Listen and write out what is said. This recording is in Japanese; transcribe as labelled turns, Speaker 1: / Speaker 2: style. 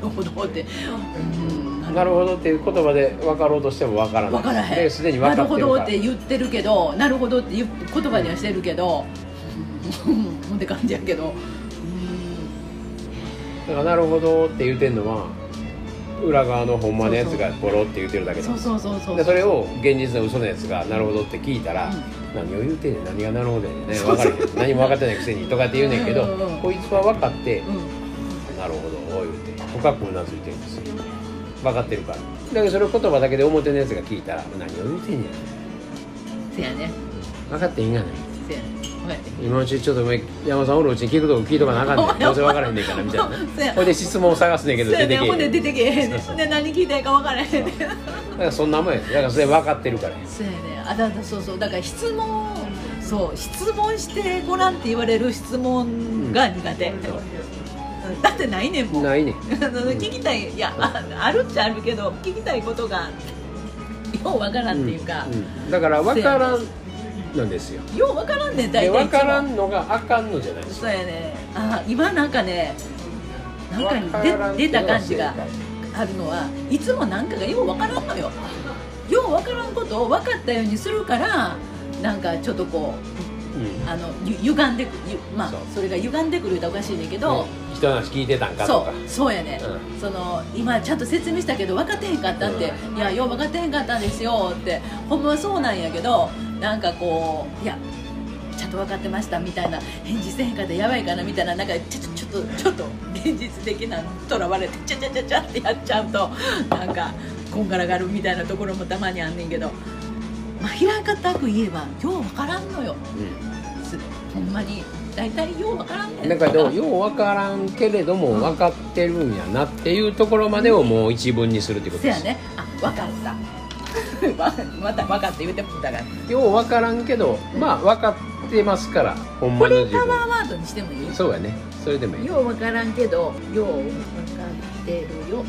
Speaker 1: るほどって、うん、
Speaker 2: なるほどっていう言葉で分かろうとしても分からな
Speaker 1: 分
Speaker 2: い
Speaker 1: からへん
Speaker 2: ですでに分
Speaker 1: な
Speaker 2: か
Speaker 1: る
Speaker 2: って
Speaker 1: ほ
Speaker 2: るか
Speaker 1: ど
Speaker 2: ら
Speaker 1: って言ってるけどなるほどって言う言葉にはしてるけどうんって感じやけど
Speaker 2: だからなるほどって言うてんのは裏側のほんまのやつがボロって言うてるだ
Speaker 1: う
Speaker 2: け
Speaker 1: ん
Speaker 2: だ
Speaker 1: そうそうそうそう
Speaker 2: でそれを現実の嘘のやつが「なるほど」って聞いたら
Speaker 1: う
Speaker 2: 「
Speaker 1: ん
Speaker 2: 何を言うてんねん何がなるほどやねんね分からへん何も分かってないくせに」とかって言うねんけど、
Speaker 1: うんうんうん
Speaker 2: こいつは分かって
Speaker 1: うん
Speaker 2: 「なるほど」言うて深くうなずいてるんですよ分かってるからだけどそれを言葉だけで表のやつが聞いたら「何を言うてんねん
Speaker 1: せやね
Speaker 2: 分かっていいんやない」
Speaker 1: せやねこうやって
Speaker 2: 今のうちちょっとお前山田さんおるうちに聞くとこ聞いとかなあか んねんどうせ分からへんねんからみたいな
Speaker 1: そうや
Speaker 2: ほいで質問を探すねんけど
Speaker 1: せ
Speaker 2: 出
Speaker 1: やね
Speaker 2: てけえへん
Speaker 1: ほんで出てけえへんね
Speaker 2: そうそう
Speaker 1: で何聞いたらいいか分からへんね
Speaker 2: だからそんなもんやでだからそれ分かってるから
Speaker 1: そうやねあだだそうそうだから質問そう質問してごらんって言われる質問が苦手、だってないねんもん
Speaker 2: ないねん
Speaker 1: あの聞きたいいやああるっちゃあるけど聞きたいことがようわからんっていうか、
Speaker 2: んだから分からんなんですよ
Speaker 1: ようわからんねん大体
Speaker 2: で
Speaker 1: いつも
Speaker 2: 分からんのがあかんのじゃないです
Speaker 1: そうやねあ今なんかねなん
Speaker 2: わ
Speaker 1: か
Speaker 2: からん
Speaker 1: で出た感じが
Speaker 2: けど
Speaker 1: あるのはいつもなんかがようわからんのよようわからんことを分かったようにするからなんかちょっとこうあのゆ歪んでくゆまあ
Speaker 2: そう
Speaker 1: それが歪んでくる言うたらおかしいねんけど、
Speaker 2: うん人の話聞いてたんかと
Speaker 1: そ
Speaker 2: か
Speaker 1: うそうやね、
Speaker 2: う
Speaker 1: その今ちゃんと説明したけど分かってへんかったって、いやよう分かってへんかったんですよってほんまはそうなんやけどなんかこういやちゃんと分かってましたみたいな返事せへんかったらやばいかなみたいななんかちょちょちょっとちょっと現実的なのとらわれてちゃちゃちゃちゃってやっちゃうと なんかこんがらがるみたいなところもたまにあんねんけどまあ平たく言えばよう分からんのよすほんまに大体よう分からんね
Speaker 2: うんだからよう分からんけれども分かってるんやなっていうところまでをもう一文にするってこと
Speaker 1: せ
Speaker 2: で
Speaker 1: や
Speaker 2: す
Speaker 1: ねあ分かった わまた分かって言ってもだから
Speaker 2: よう分からんけどまあ分かってますからほん
Speaker 1: こ
Speaker 2: まの
Speaker 1: れ
Speaker 2: 自
Speaker 1: パワー
Speaker 2: 分
Speaker 1: ワードにしてもいい
Speaker 2: そうやねそれでもいい
Speaker 1: よう分からんけどよう分かってるよ